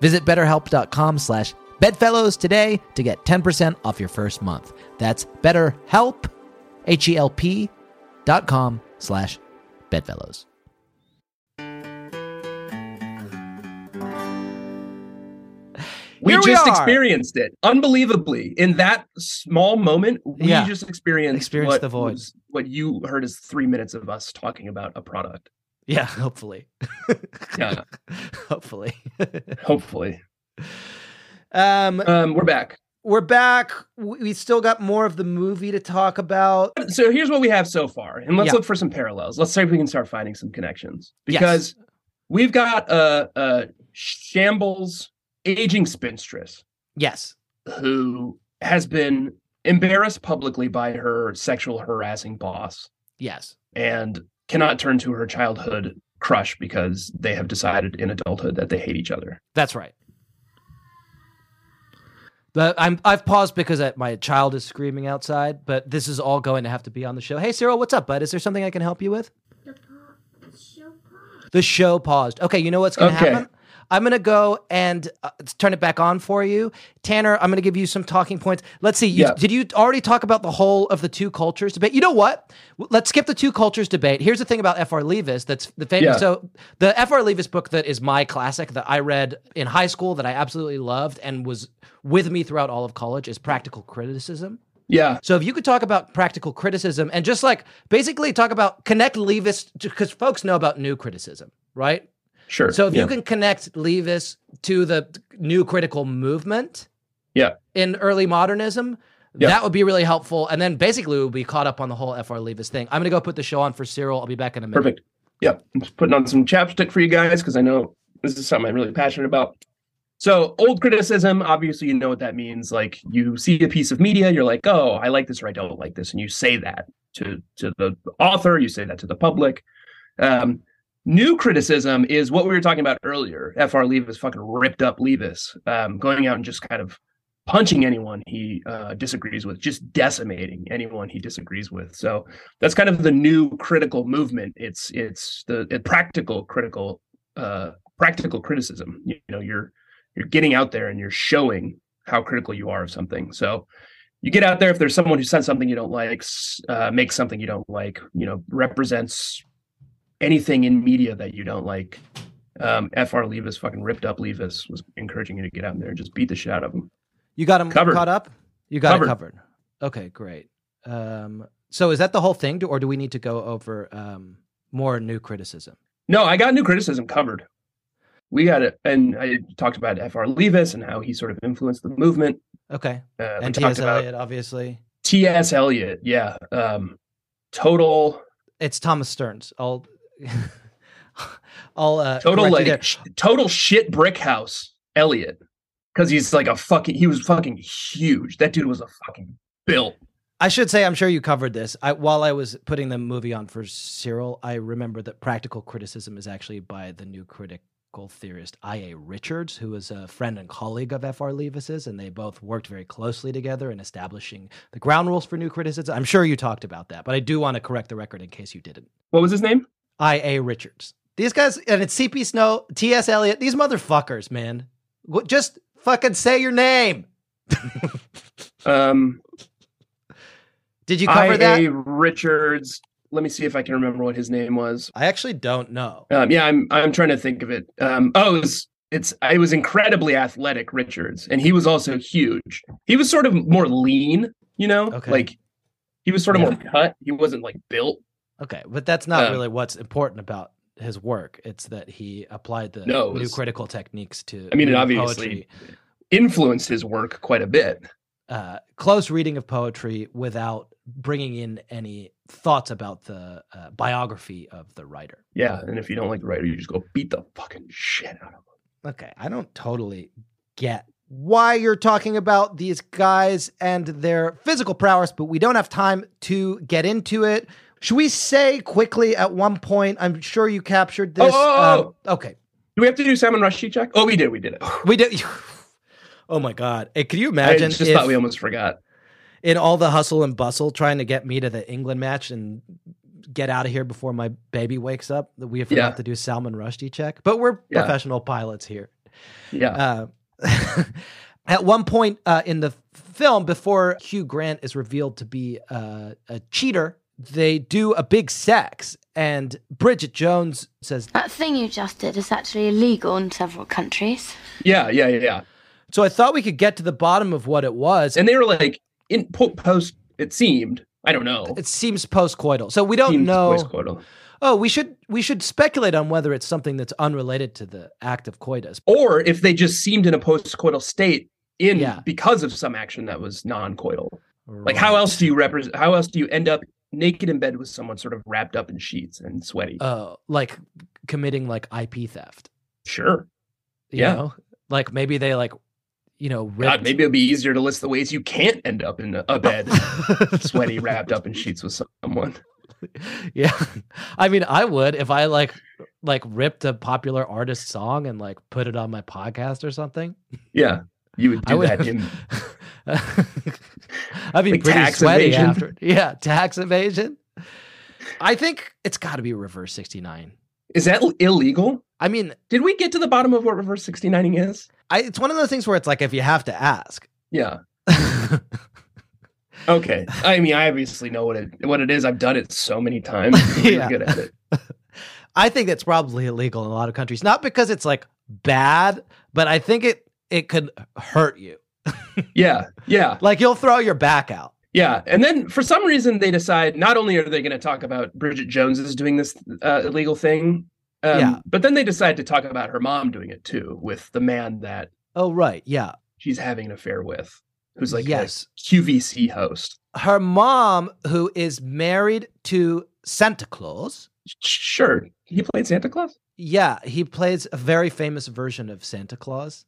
Visit betterhelp.com slash bedfellows today to get 10% off your first month. That's betterhelp, H-E-L-P dot com slash bedfellows.
We
Here we
just
are.
experienced it unbelievably in that small moment. We
Yeah.
just experienced,
Experienced
what
the void.
was- what you heard is three minutes of us talking about a product.
Yeah, hopefully.
Yeah,
hopefully.
hopefully.
Um,
Um, we're back.
We're back. We we still got more of the movie to talk about.
So here's what we have so far, and let's
Yeah.
look for some parallels. Let's see if we can start finding some connections
Yes.
because we've got a, a shambles aging spinstress
Yes.
who has been embarrassed publicly by her sexual harassing boss
Yes.
and cannot turn to her childhood crush because they have decided in adulthood that they hate each other.
That's right. But I'm I've paused because I, my child is screaming outside. But this is all going to have to be on the show. Hey, Cyril, what's up, bud? Is there something I can help you with? The show paused. Okay, you know what's going to
Okay.
happen? I'm going to go and uh, let's turn it back on for you, Tanner. I'm going to give you some talking points. Let's see. You,
Yeah.
Did you already talk about the whole of the two cultures debate? You know what? W- Let's skip the two cultures debate. Here's the thing about F.R. Leavis that's the famous.
Yeah.
So the F.R. Leavis book that is my classic that I read in high school that I absolutely loved and was with me throughout all of college is Practical Criticism.
Yeah.
So if you could talk about practical criticism and just like basically talk about connect Leavis because folks know about new criticism, right?
Sure.
So if
Yeah.
you can connect Leavis to the new critical movement
Yeah.
in early modernism,
Yeah.
that would be really helpful. And then basically we'll be caught up on the whole FR Leavis thing. I'm gonna go put the show on for Cyril. I'll be back in a minute.
Perfect. Yeah, I'm just putting on some chapstick for you guys because I know this is something I'm really passionate about. So, old criticism, obviously, you know what that means. Like, you see a piece of media, you're like, oh, I like this or I don't like this. And you say that to, to the author, you say that to the public. Um, new criticism is what we were talking about earlier. F.R. Leavis fucking ripped up Leavis, um, going out and just kind of punching anyone he uh, disagrees with, just decimating anyone he disagrees with. So, that's kind of the new critical movement it's it's the the practical critical uh practical criticism you know you're you're getting out there and you're showing how critical you are of something so you get out there if there's someone who says something you don't like s- uh, makes something you don't like you know represents anything in media that you don't like um fr levis fucking ripped up levis was encouraging you to get out there and just beat the shit out of him
You got him
Covered.
caught up? You got it
Covered.
covered. Okay, great. Um, so is that the whole thing, or do we need to go over um, more new criticism?
No, I got new criticism covered. We got it, and I talked about F.R. Leavis and how he sort of influenced the movement.
Okay.
Uh, we
and
talked
T.S.
about
Eliot, obviously.
T.S. Eliot, yeah, um, total.
It's Thomas Stearns. I'll I'll uh,
Total
correct you
like
there.
sh- total shit brick house, Elliot, because he's like a fucking. He was fucking huge. That dude was a fucking built.
I should say, I'm sure you covered this. I, while I was putting the movie on for Cyril, I remember that practical criticism is actually by the new critical theorist I.A. Richards, who is a friend and colleague of F.R. Leavis's, and they both worked very closely together in establishing the ground rules for new criticism. I'm sure you talked about that, but I do want to correct the record in case you didn't.
What was his name?
I.A. Richards. These guys, and it's C.P. Snow, T.S. Eliot, these motherfuckers, man. Wh- Just fucking say your name.
Um,
Did you cover
I.A.
that?
Richards. Let me see if I can remember what his name was.
I actually don't know.
Um, yeah, I'm I'm trying to think of it. Um, oh, it was, it's it was incredibly athletic, Richards, and he was also huge. He was sort of more lean, you know,
Okay.
like he was sort of
Yeah.
more cut. He wasn't like built.
Okay, but that's not
Um,
really what's important about his work. It's that he applied the
No, it
new
was-
critical techniques to.
I mean, it
reading
obviously influenced his work quite a bit.
uh, close reading of poetry without bringing in any thoughts about the uh, biography of the writer.
Yeah, and if you don't like the writer, you just go beat the fucking shit out of him.
Okay, I don't totally get why you're talking about these guys and their physical prowess, but we don't have time to get into it. Should we say quickly at one point? I'm sure you captured
Oh,
this.
oh,
um, okay.
Do we have to do Salmon Rushdie check? Oh, we did, we did it.
We did. Oh my god! Hey, could you
I
imagine
just
if
thought we almost forgot.
in all the hustle and bustle trying to get me to the England match and get out of here before my baby wakes up that we have forgot
Yeah.
to do Salman Rushdie check? But we're
Yeah.
professional pilots here.
Yeah.
Uh, at one point uh, in the film, before Hugh Grant is revealed to be uh, a cheater, they do a big sex, and Bridget Jones says,
That thing you just did is actually illegal in several countries.
yeah, yeah, yeah, yeah.
"So I thought we could get to the bottom of what it was."
And they were like in po- post. It seemed. I don't know.
it seems postcoital, so we don't
Seemed
know.
postcoital.
Oh, we should we should speculate on whether it's something that's unrelated to the act of coitus.
or if they just seemed in a postcoital state in
Yeah.
because of some action that was non-coital. Like how else do you represent? How else do you end up naked in bed with someone sort of wrapped up in sheets and sweaty?
Oh, like committing like IP theft.
sure,
You
Yeah.
know? Like maybe they like you know ripped.
God, maybe it'd be easier to list the ways you can't end up in a, a bed sweaty, wrapped up in sheets with someone.
yeah. I mean, I would if I like like ripped a popular artist song and like put it on my podcast or something.
Yeah, you would
I
do
would
that in
I'd be
Like
pretty
tax
sweaty
evasion.
after. Yeah, tax evasion. I think it's got to be reverse 69.
Is that illegal?
I mean,
Did we get to the bottom of what reverse 69ing is?
I, it's one of those things where it's like if you have to ask.
Yeah. Okay. I mean, I obviously know what it what it is. I've done it so many times. I'm really
Yeah.
good at it.
I think that's probably illegal in a lot of countries, not because it's like bad, but I think it it could hurt you.
Yeah. Yeah.
Like you'll throw your back out.
Yeah. And then for some reason they decide not only are they going to talk about Bridget Jones is doing this uh, illegal thing, um,
Yeah.
but then they decide to talk about her mom doing it too with the man that
Oh right, yeah.
she's having an affair with, who's like
Yes.
a QVC host.
Her mom, who is married to Santa Claus.
Sure. He played Santa Claus?
Yeah, he plays a very famous version of Santa Claus.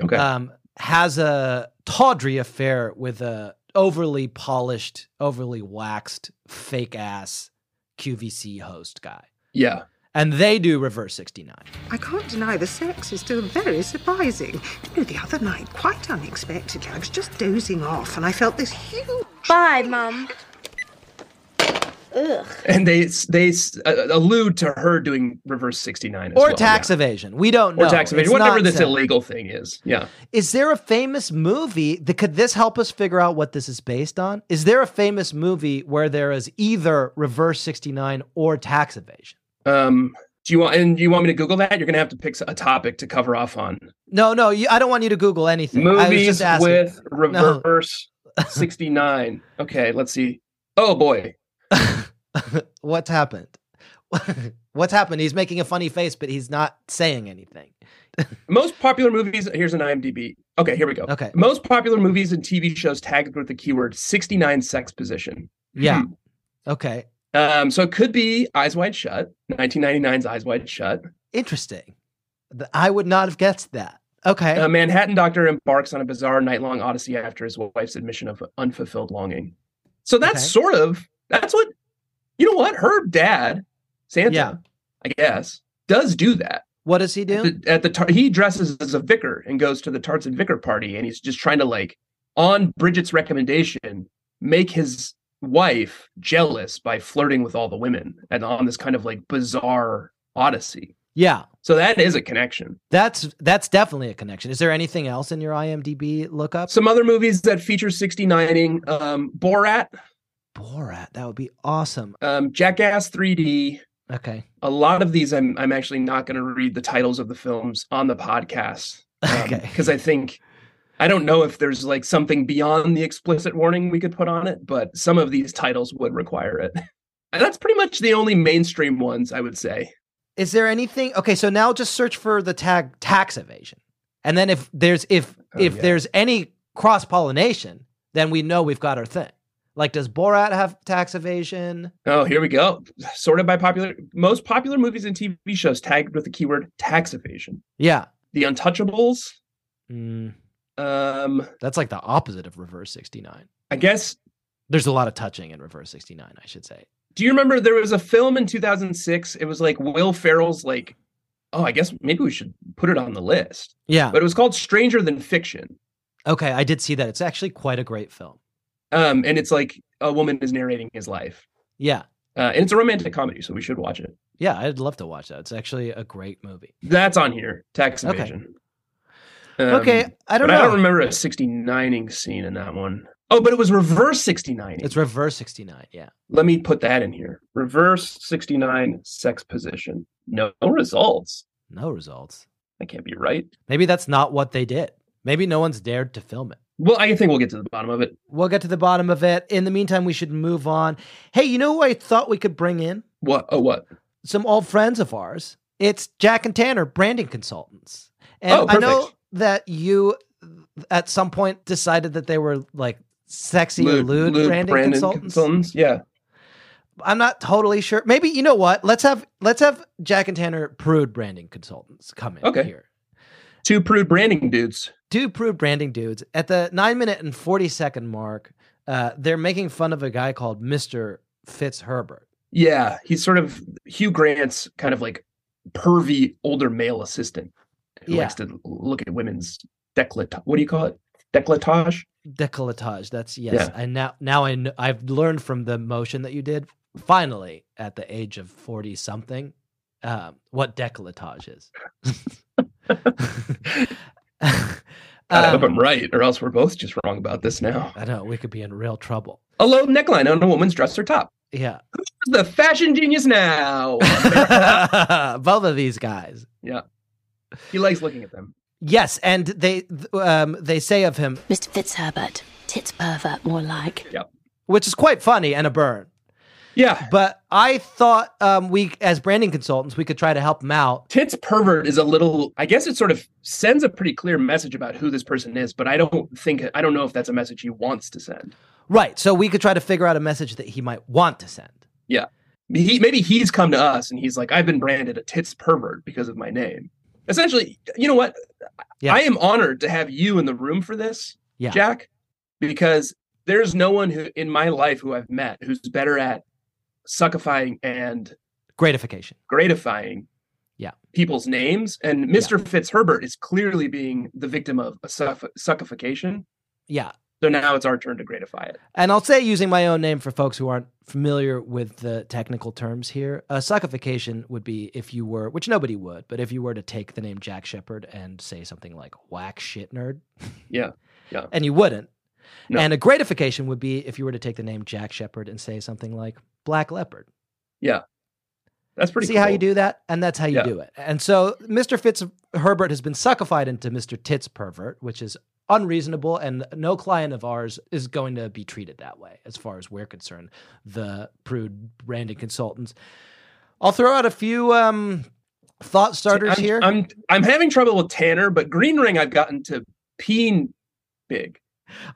Okay.
Um, has a tawdry affair with a overly polished, overly waxed, fake ass QVC host guy.
yeah.
and they do reverse 69
I can't deny the sex is still very surprising. You know, the other night, quite unexpectedly, I was just dozing off and I felt this huge.
Bye, Mum.
And they s- they s- uh, allude to her doing reverse 69 as
or
well,
tax
yeah.
evasion we don't
or
know
tax evasion,
It's
whatever
not
this
said.
illegal thing is. Yeah.
is there a famous movie that could this help us figure out what this is based on is there a famous movie where there is either reverse 69 or tax evasion
Um, do you want and you want me to Google that? You're gonna have to pick s- a topic to cover off on
no no you, i don't want you to google anything I was
movies
just asking.
with reverse 69. Okay, let's see. Oh boy,
what's happened what's happened he's making a funny face but he's not saying anything
most popular movies. Here's an IMDb. Okay, here we go.
Okay.
most popular movies and TV shows tagged with the keyword 69 sex position.
yeah
Hmm.
okay
Um, so it could be Eyes Wide Shut, 1999's Eyes Wide Shut.
Interesting. Th- I would not have guessed that. Okay.
A Uh, Manhattan doctor embarks on a bizarre night-long odyssey after his wife's admission of unfulfilled longing. So that's sort of that's what you know. What her dad, Santa,
Yeah.
I guess, does do that.
What does he do?
At the, at the tar- he dresses as a vicar and goes to the Tarts and Vicar party, and he's just trying to like, on Bridget's recommendation, make his wife jealous by flirting with all the women and on this kind of like bizarre odyssey.
yeah.
So that is a connection.
That's that's definitely a connection. Is there anything else in your IMDb lookup?
Some other movies that feature 69ing um, Borat,
Borat. That would be awesome.
um, Jackass 3D.
Okay.
A lot of these I'm, I'm actually not going to read the titles of the films on the podcast
okay.
because I think I don't know if there's like something beyond the explicit warning we could put on it, but some of these titles would require it. And that's pretty much the only mainstream ones I would say.
Is there anything? Okay, so now just search for the tag tax evasion, and then if there's if
Oh,
if
yeah.
there's any cross pollination, then we know we've got our thing. Like, does Borat have tax evasion?
Oh, here we go. Sorted by popular most popular movies and TV shows tagged with the keyword tax evasion.
Yeah,
The Untouchables,
Mm,
um,
that's like the opposite of Reverse sixty nine.
I guess
There's a lot of touching in Reverse sixty nine, I should say.
Do you remember there was a film in 2006? It was like Will Ferrell's like, oh, I guess maybe we should put it on the list.
Yeah.
But it was called Stranger Than Fiction.
Okay, I did see that. It's actually quite a great film.
Um, and it's like a woman is narrating his life.
Yeah,
Uh, and it's a romantic comedy, so we should watch it.
yeah, I'd love to watch that. It's actually a great movie.
That's on here. Tax
Okay.
evasion. Um,
okay, I don't
but
know.
I don't remember a 69ing scene in that one. Oh, but it was reverse 69.
It's Reverse sixty nine. Yeah.
Let me put that in here. Reverse 69 sex position. No, no results.
No results.
That can't be right.
Maybe that's not what they did. Maybe no one's dared to film it.
Well, I think we'll get to the bottom of it.
We'll get to the bottom of it. In the meantime, we should move on. Hey, you know who I thought we could bring in?
What? Oh, what?
Some old friends of ours. It's Jack and Tanner, branding consultants. And
Oh,
I know
perfect.
that you at some point decided that they were like sexy
Lewd-
lewd,
lewd
branding
branding
consultants.
consultants, Yeah.
I'm not totally sure. Maybe you know what? Let's have let's have Jack and Tanner prude branding consultants come in
Okay.
here.
Two prude branding dudes.
two prude branding dudes at the nine minute and 40 second mark uh, they're making fun of a guy called mr fitzherbert
Yeah. He's sort of Hugh Grant's kind of like pervy older male assistant who
Yeah.
likes to look at women's decolletage. What do you call it? Decolletage?
decolletage that's yes i now now i know, i've learned from the motion that you did finally at the age of 40 something um, what decolletage is
God, I hope
Um,
I'm right, or else we're both just wrong about this now.
i know we could be in real trouble
A low neckline on a woman's dress or top.
yeah
Who's the fashion genius now?
both of these guys
yeah. He likes looking at them.
yes and they th- um, they say of him
Mr. Fitzherbert, tits pervert more like.
which is quite funny and a burn
Yeah.
But I thought um, we, as branding consultants, we could try to help them out.
Tits pervert is a little, I guess it sort of sends a pretty clear message about who this person is, but I don't think, I don't know if that's a message he wants to send.
Right. So we could try to figure out a message that he might want to send.
Yeah. He, maybe he's come to us and he's like, I've been branded a tits pervert because of my name. Essentially, you know what?
Yeah.
I am honored to have you in the room for this,
Yeah.
Jack, because there's no one who in my life who I've met who's better at suckifying and
Gratification.
gratifying
Yeah.
people's names. And Mr. Fitzherbert is clearly being the victim of a suff- suckification.
Yeah.
So now it's our turn to gratify it.
And I'll say, using my own name for folks who aren't familiar with the technical terms here, uh, suckification would be if you were, which nobody would, but if you were to take the name Jack Shepard and say something like whack shit nerd,
Yeah. Yeah.
and you wouldn't.
No.
And a gratification would be if you were to take the name Jack Shepard and say something like black leopard.
Yeah. That's pretty
See how you
cool.
do that? And that's how you
Yeah.
do it. And so Mr. Fitzherbert has been suckified into Mr. Tits pervert, which is unreasonable. And no client of ours is going to be treated that way, as far as we're concerned, the prude branding consultants. I'll throw out a few um, thought starters
I'm,
here.
I'm I'm having trouble with Tanner, but Green Ring I've gotten to peen big.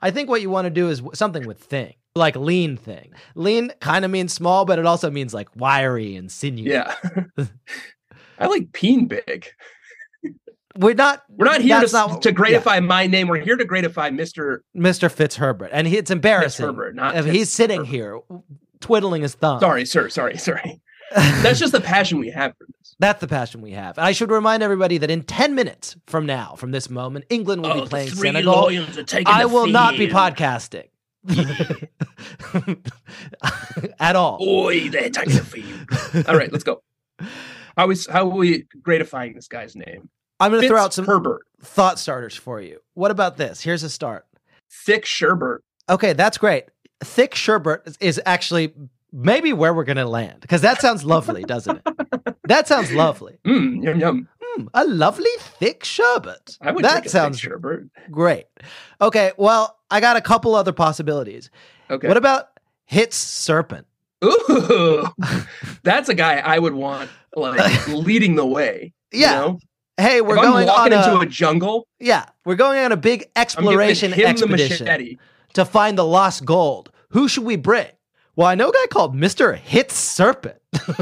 I think what you want to do is w- something with thing, like lean thing. Lean kind of means small, but it also means like wiry and sinewy.
Yeah. I like peen big.
We're not.
We're not here to,
That's not-
to gratify my name. We're here to gratify Mr.
Mr. Fitzherbert, and he, it's embarrassing.
Fitzherbert, not
if he's sitting here twiddling his thumb.
Sorry, sir. Sorry, sorry. That's just the passion we have for this.
That's the passion we have. I should remind everybody that in 10 minutes from now, from this moment, England will
Oh,
be playing Senegal.
are
I will not be podcasting. At all.
Oi, they're taking the field. All right, let's go. How is how are we gratifying this guy's name?
I'm going to throw out some
Herbert,
thought starters for you. What about this? Here's a start.
thick sherbert.
Okay, that's great. Thick sherbet is- is actually maybe where we're going to land because that sounds lovely, doesn't it? That sounds lovely.
Mm, yum yum.
Hmm, a lovely thick sherbet.
I would
that
take
sounds
a thick sherbert.
great. Okay, well, I got a couple other possibilities.
Okay.
What about Hits Serpent?
Ooh, that's a guy I would want like leading the way. you
Yeah,
know?
Hey, we're
if I'm
going on
walking into
a,
a jungle.
yeah, we're going on a big
I'm giving
exploration
him the
expedition
machete.
to find the lost gold. Who should we bring? Well, I know a guy called Mister Hits Serpent.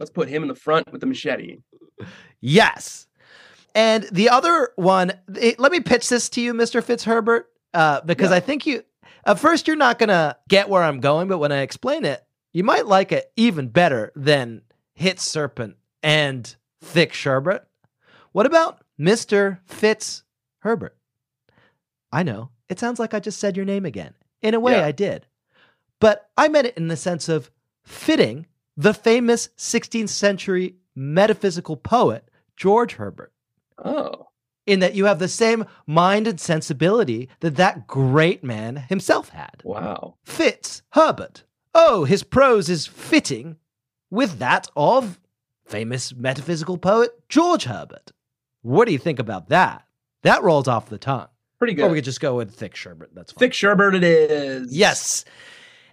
Let's put him in the front with the machete.
Yes. And the other one, it- let me pitch this to you, Mr. Fitzherbert, uh, because
Yeah.
I think you, at first, you're not going to get where I'm going, but when I explain it, you might like it even better than Hit Serpent and Thick Sherbet. What about Mr. Fitzherbert? I know, it sounds like I just said your name again. In a way,
Yeah.
I did. But I meant it in the sense of fitting the famous 16th century metaphysical poet George Herbert,
Oh,
in that you have the same mind and sensibility that that great man himself had.
wow.
Fitz Herbert. Oh, his prose is fitting with that of famous metaphysical poet George Herbert. What do you think about that? That rolls off the tongue.
Pretty good.
Or Oh, we could just go with thick sherbet. That's fine.
Thick sherbert it is.
Yes.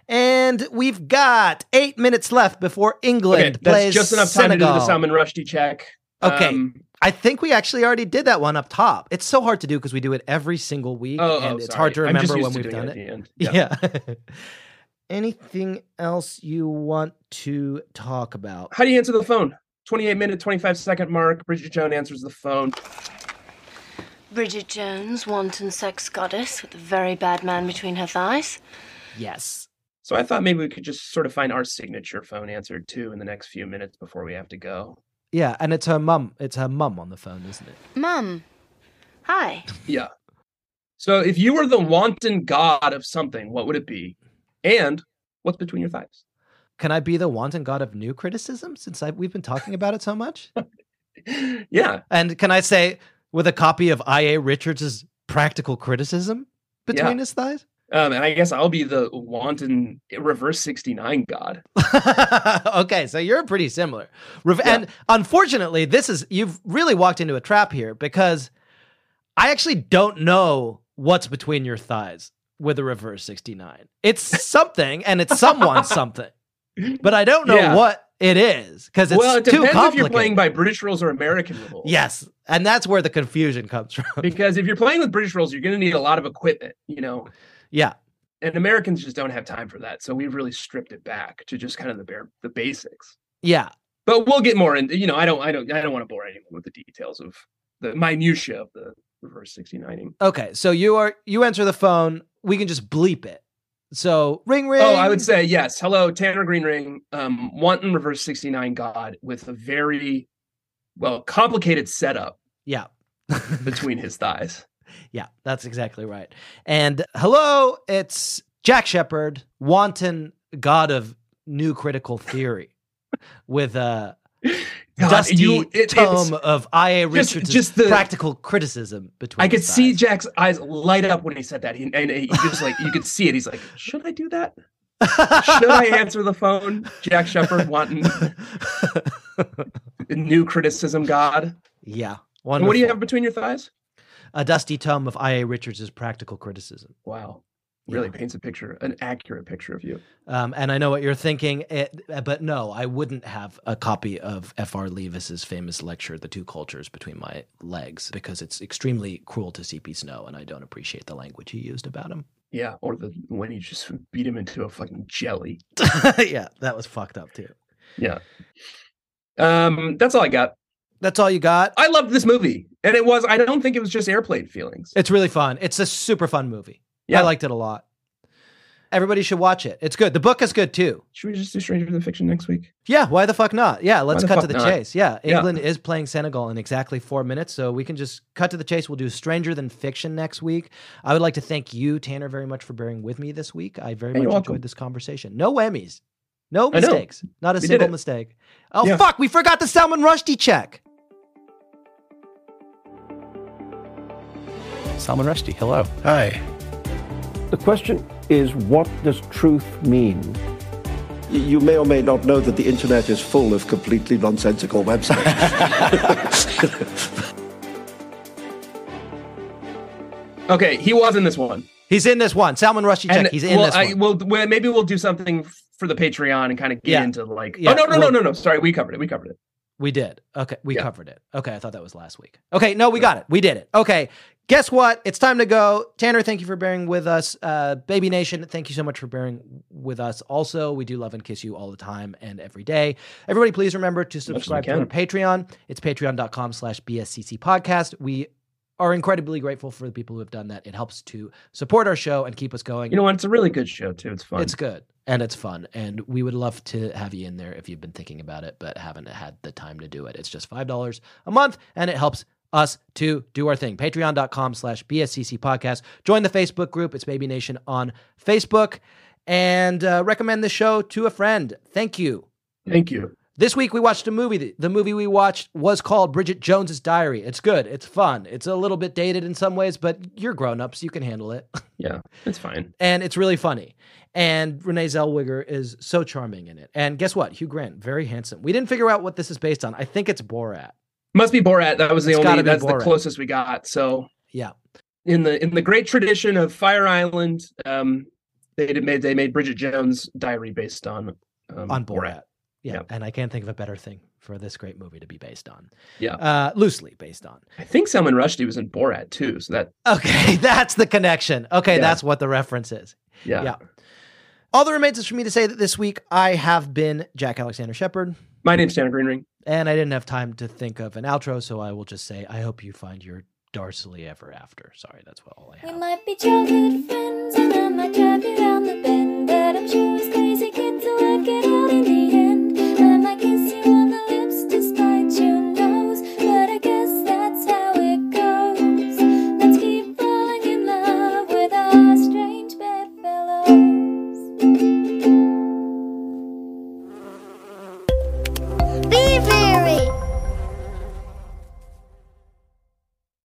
And we've got eight minutes left before
Okay,
England
that's
plays
just enough time
Senegal.
to do the Salman Rushdie check.
Okay.
Um,
I think we actually already did that one up top. It's so hard to do because we do it every single week,
oh,
and
oh,
it's
sorry.
hard to
I'm just
remember
used
when
to
we've
doing
done
it. at
it.
the end. Yeah.
Yeah. Anything else you want to talk about?
How do you answer the phone? 28 minute, 25 second mark. Bridget Joan answers the phone.
Bridget Jones, wanton sex goddess with a very bad man between her thighs.
Yes.
So I thought maybe we could just sort of find our signature phone answered too in the next few minutes before we have to go.
Yeah, and it's her mum. It's her mum on the phone, isn't it?
Mum. Hi.
Yeah. So if you were the wanton god of something, what would it be? And what's between your thighs?
Can I be the wanton god of new criticism since I, we've been talking about it so much?
Yeah.
And can I say with a copy of I.A. Richards' practical criticism between
Yeah.
his thighs?
Um, and I guess I'll be the wanton reverse 69 god.
okay, so you're pretty similar. Rev-
Yeah.
And unfortunately, this is you've really walked into a trap here because I actually don't know what's between your thighs with a reverse 69. It's something and it's someone's something. But I don't know
Yeah.
what it is because it's
well, it
too
depends
complicated.
if you're playing by British rules or American rules.
yes, and that's where the confusion comes from.
Because if you're playing with British rules, you're going to need a lot of equipment, you know,
yeah.
and Americans just don't have time for that. So we've really stripped it back to just kind of the bare the basics.
Yeah.
But we'll get more into you know, I don't I don't I don't want to bore anyone with the details of the minutia of the reverse 69ing.
Okay, so you are you answer the phone, we can just bleep it. So ring ring.
Oh, I would say yes. Hello, Tanner Greenring, um, wanton reverse 69 god with a very well complicated setup
Yeah.
between his thighs.
Yeah, that's exactly right. And hello, it's Jack Shepard, wanton god of new critical theory, with a
God,
dusty
Uh, you- it- it's-
tome of I.A.
just-
Richards'
just the-
practical criticism between.
I could
his
see
thighs.
Jack's eyes light up when he said that. He, and he just like you could see it. He's like, should I do that? Should I answer the phone? Jack Shepard wanting new criticism god.
yeah.
And what do you
wonderful.
have between your thighs?
A dusty tome of I.A. Richards' practical criticism.
Wow. really paints a picture, an accurate picture of you.
Um, and I know what you're thinking, it, but no, I wouldn't have a copy of F.R. Leavis's famous lecture, The Two Cultures, between my legs because it's extremely cruel to C.P. Snow, and I don't appreciate the language he used about him.
Yeah, or the when he just beat him into a fucking jelly.
yeah, that was fucked up too.
Yeah. Um, that's all I got.
That's all you got.
I loved this movie, and it was. I don't think it was just airplane feelings.
It's really fun. It's a super fun movie.
Yeah.
I liked it a lot. Everybody should watch it. It's good. The book is good too.
Should we just do Stranger Than Fiction next week?
Yeah, why the fuck not? Yeah, let's
the
cut to
fuck
the
not?
chase. Yeah,
Yeah.
England is playing Senegal in exactly four minutes, so we can just cut to the chase. We'll do Stranger Than Fiction next week. I would like to thank you, Tanner, very much for bearing with me this week. I very
Hey,
much
you're welcome.
enjoyed this conversation. No whammies, no
I know.
mistakes, not a
We did
single
it.
mistake. Oh
Yeah.
fuck, we forgot the Salman Rushdie check.
Salman Rushdie, hello.
Hi. The question is what does truth mean? You may or may not know that the internet is full of completely nonsensical websites.
Okay, he was in this one.
He's in this one. Salman Rushdie check.
And
He's in
well,
this
I,
one.
Well, well, maybe we'll do something f- for the Patreon and kind of get
Yeah.
into like.
Yeah,
Oh no no
we'll-
no no no! Sorry, we covered it. We covered it.
We did. Okay, we
Yeah.
covered it. Okay, I thought that was last week. Okay, no, we got it. We did it. Okay, guess what? It's time to go. Tanner, thank you for bearing with us. Uh, Baby Nation, thank you so much for bearing with us. Also, we do love and kiss you all the time and every day. Everybody, please remember to
we
subscribe to
can.
our Patreon. It's patreon.com slash BSCC podcast. We are incredibly grateful for the people who have done that. It helps to support our show and keep us going.
You know what? It's a really good show too. It's fun.
It's good and it's fun. And we would love to have you in there if you've been thinking about it but haven't had the time to do it. It's just $5 a month and it helps us to do our thing. Patreon.com slash BSCC podcast. Join the Facebook group. It's Baby Nation on Facebook and uh, recommend the show to a friend. Thank you.
Thank you.
This week we watched a movie. The- The movie we watched was called Bridget Jones's Diary. It's good. It's fun. It's a little bit dated in some ways, but you're grown ups. You can handle it.
Yeah, it's fine.
and it's really funny. And Renee Zellweger is so charming in it. And guess what? Hugh Grant, very handsome. We didn't figure out what this is based on. I think it's Borat.
Must be Borat. That was the
It's gotta
only.
be
That's the
Borat.
closest we got. So
Yeah.
in the in the great tradition of Fire Island, um, they did made they made Bridget Jones' diary based on um,
on Borat. Yeah.
Yeah.
And I can't think of a better thing for this great movie to be based on.
Yeah.
Uh, loosely based on.
I think Salman Rushdie was in Borat too. So that
Okay. That's the connection. Okay.
Yeah.
That's what the reference is.
yeah.
All that remains is for me to say that this week I have been Jack Alexander Shepard.
My name's Tanner Greenring.
And I didn't have time to think of an outro. So I will just say, I hope you find your Darcely ever after. Sorry. That's what all I have.
We might be childhood friends.